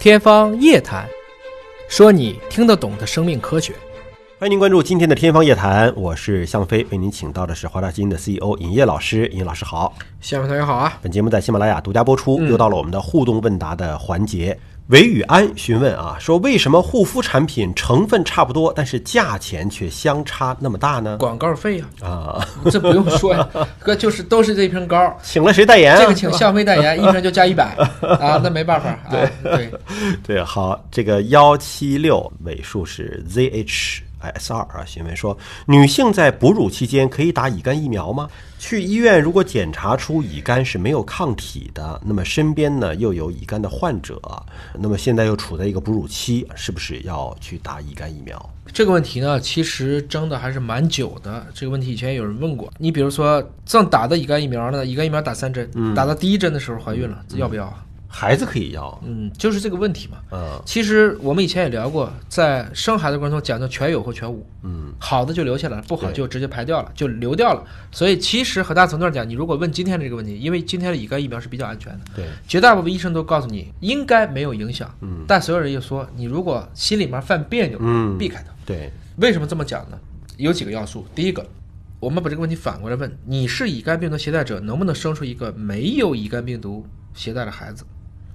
天方夜谭，说你听得懂的生命科学。欢迎您关注今天的《天方夜谭》，我是向飞，为您请到的是华大基因的 CEO 尹烨老师。尹老师好，下面同学好啊，本节目在喜马拉雅独家播出，嗯又到了我们的互动问答的环节。韦宇安询问啊，说为什么护肤产品成分差不多，但是价钱却相差那么大呢？广告费啊， 啊，这不用说 呀，哥就是都是这瓶膏，请了谁代言、啊？这个请向飞代 言，一瓶就加一百 啊，那没办法啊，对，对，好，这个幺七六尾数是 ZH。S 二啊，询问说，女性在哺乳期间可以打乙肝疫苗吗？去医院如果检查出乙肝是没有抗体的，那么身边呢又有乙肝的患者，那么现在又处在一个哺乳期，是不是要去打乙肝疫苗？这个问题呢，其实争的还是蛮久的。这个问题以前有人问过，你比如说正打的乙肝疫苗呢，乙肝疫苗打三针，打到第一针的时候怀孕了，要不要啊？孩子可以要，嗯，就是这个问题嘛。嗯其实我们以前也聊过，在生孩子过程中讲究全有和全无，嗯，好的就留下来，不好对就直接排掉了，就流掉了。所以其实很大程度上讲，你如果问今天的这个问题，因为今天的乙肝疫苗是比较安全的，对，绝大部分医生都告诉你应该没有影响，嗯但所有人又说你如果心里面犯别扭，嗯，避开它。对，为什么这么讲呢？有几个要素，第一个。我们把这个问题反过来问：你是乙肝病毒携带者，能不能生出一个没有乙肝病毒携带的孩子？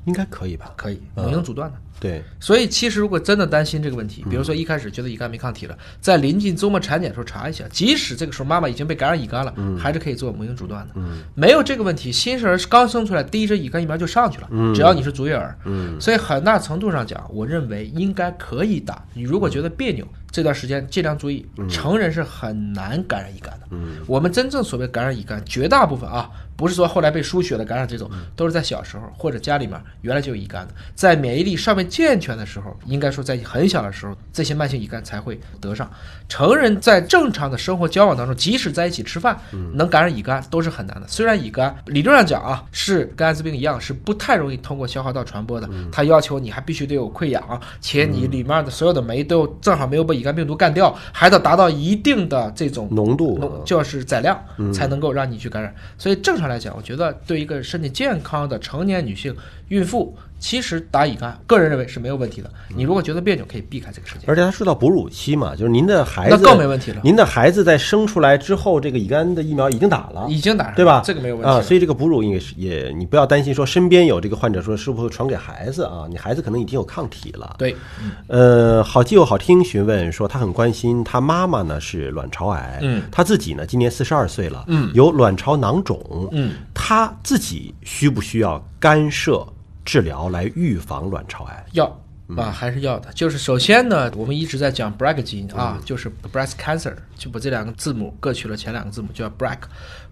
应该可以吧？可以，嗯能能阻断的。对，所以，其实如果真的担心这个问题，比如嗯说一开始觉得乙肝没抗体了，在临近周末产检的时候查一下，即使这个时候妈妈已经被感染乙肝了，还是可以做母婴阻断的。嗯没有这个问题，新生儿刚生出来第一针乙肝疫苗就上去了，嗯只要你是足月儿。嗯所以很大程度上讲，我认为应该可以打。你如果觉得别扭，这段时间尽量注意。成人是很难感染乙肝的。嗯我们真正所谓感染乙肝，绝大部分啊，不是说后来被输血的感染这种，都是在小时候或者家里面原来就有乙肝的，在免疫力尚未健全的时候，应该说在很小的时候，这些慢性乙肝才会得上。成人在正常的生活交往当中，即使在一起吃饭，能感染乙肝都是很难的。虽然乙肝理论上讲啊，是跟艾滋病一样，是不太容易通过消化道传播的，它要求你还必须得有溃疡，且你里面的所有的酶都正好没有被乙肝病毒干掉，还得达到一定的这种浓度浓啊就是载量，嗯才能够让你去感染。所以正常来讲，我觉得对一个身体健康的成年女性、孕妇，其实打乙肝，个人认为是没有问题的。你如果觉得别扭，可以避开这个事情，而且他说到哺乳期嘛，就是您的嗯孩子那更没问题了。您的孩子在生出来之后，这个乙肝的疫苗已经打了，已经打上了对吧？这个没有问题啊，了。所以这个哺乳也是也，你不要担心说身边有这个患者说是不是传给孩子啊？你孩子可能已经有抗体了。对，呃，好记又好听询问说他很关心他妈妈呢是卵巢癌，嗯，他自己呢今年四十二岁了，嗯，有卵巢囊肿，嗯，他自己需不需要干涉治疗来预防卵巢癌？要嗯啊，还是要的。就是首先呢，我们一直在讲 BRCA 基因嗯啊，就是 breast cancer，就把这两个字母各取了前两个字母，叫 BRCA。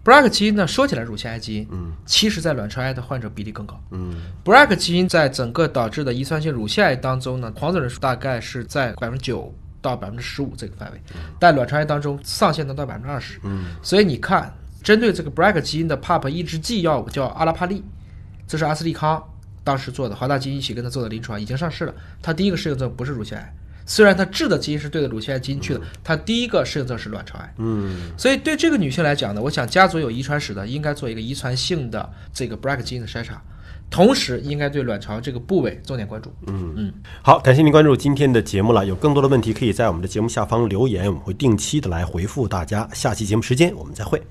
BRCA 基因呢，说起来乳腺癌基因，嗯，其实在卵巢癌的患者比例更高。嗯 BRCA 基因在整个导致的遗传性乳腺癌当中呢，黄种人数大概是在百分之九到百分之十五这个范围，但卵巢癌当中上限能到百分之二十。嗯，所以你看，针对这个 BRCA 基因的 PAP 抑制剂药物叫阿拉帕利，这是阿斯利康当时做的，华大基因一起跟他做的临床已经上市了。它第一个适应症不是乳腺癌，虽然它治的基因是对的乳腺癌基因去的，它第一个适应症是卵巢癌。嗯所以对这个女性来讲呢，我想家族有遗传史的，应该做一个遗传性的这个 BRCA 基因的筛查，同时应该对卵巢这个部位重点关注。好，感谢您关注今天的节目了。有更多的问题可以在我们的节目下方留言，我们会定期的来回复大家。下期节目时间我们再会。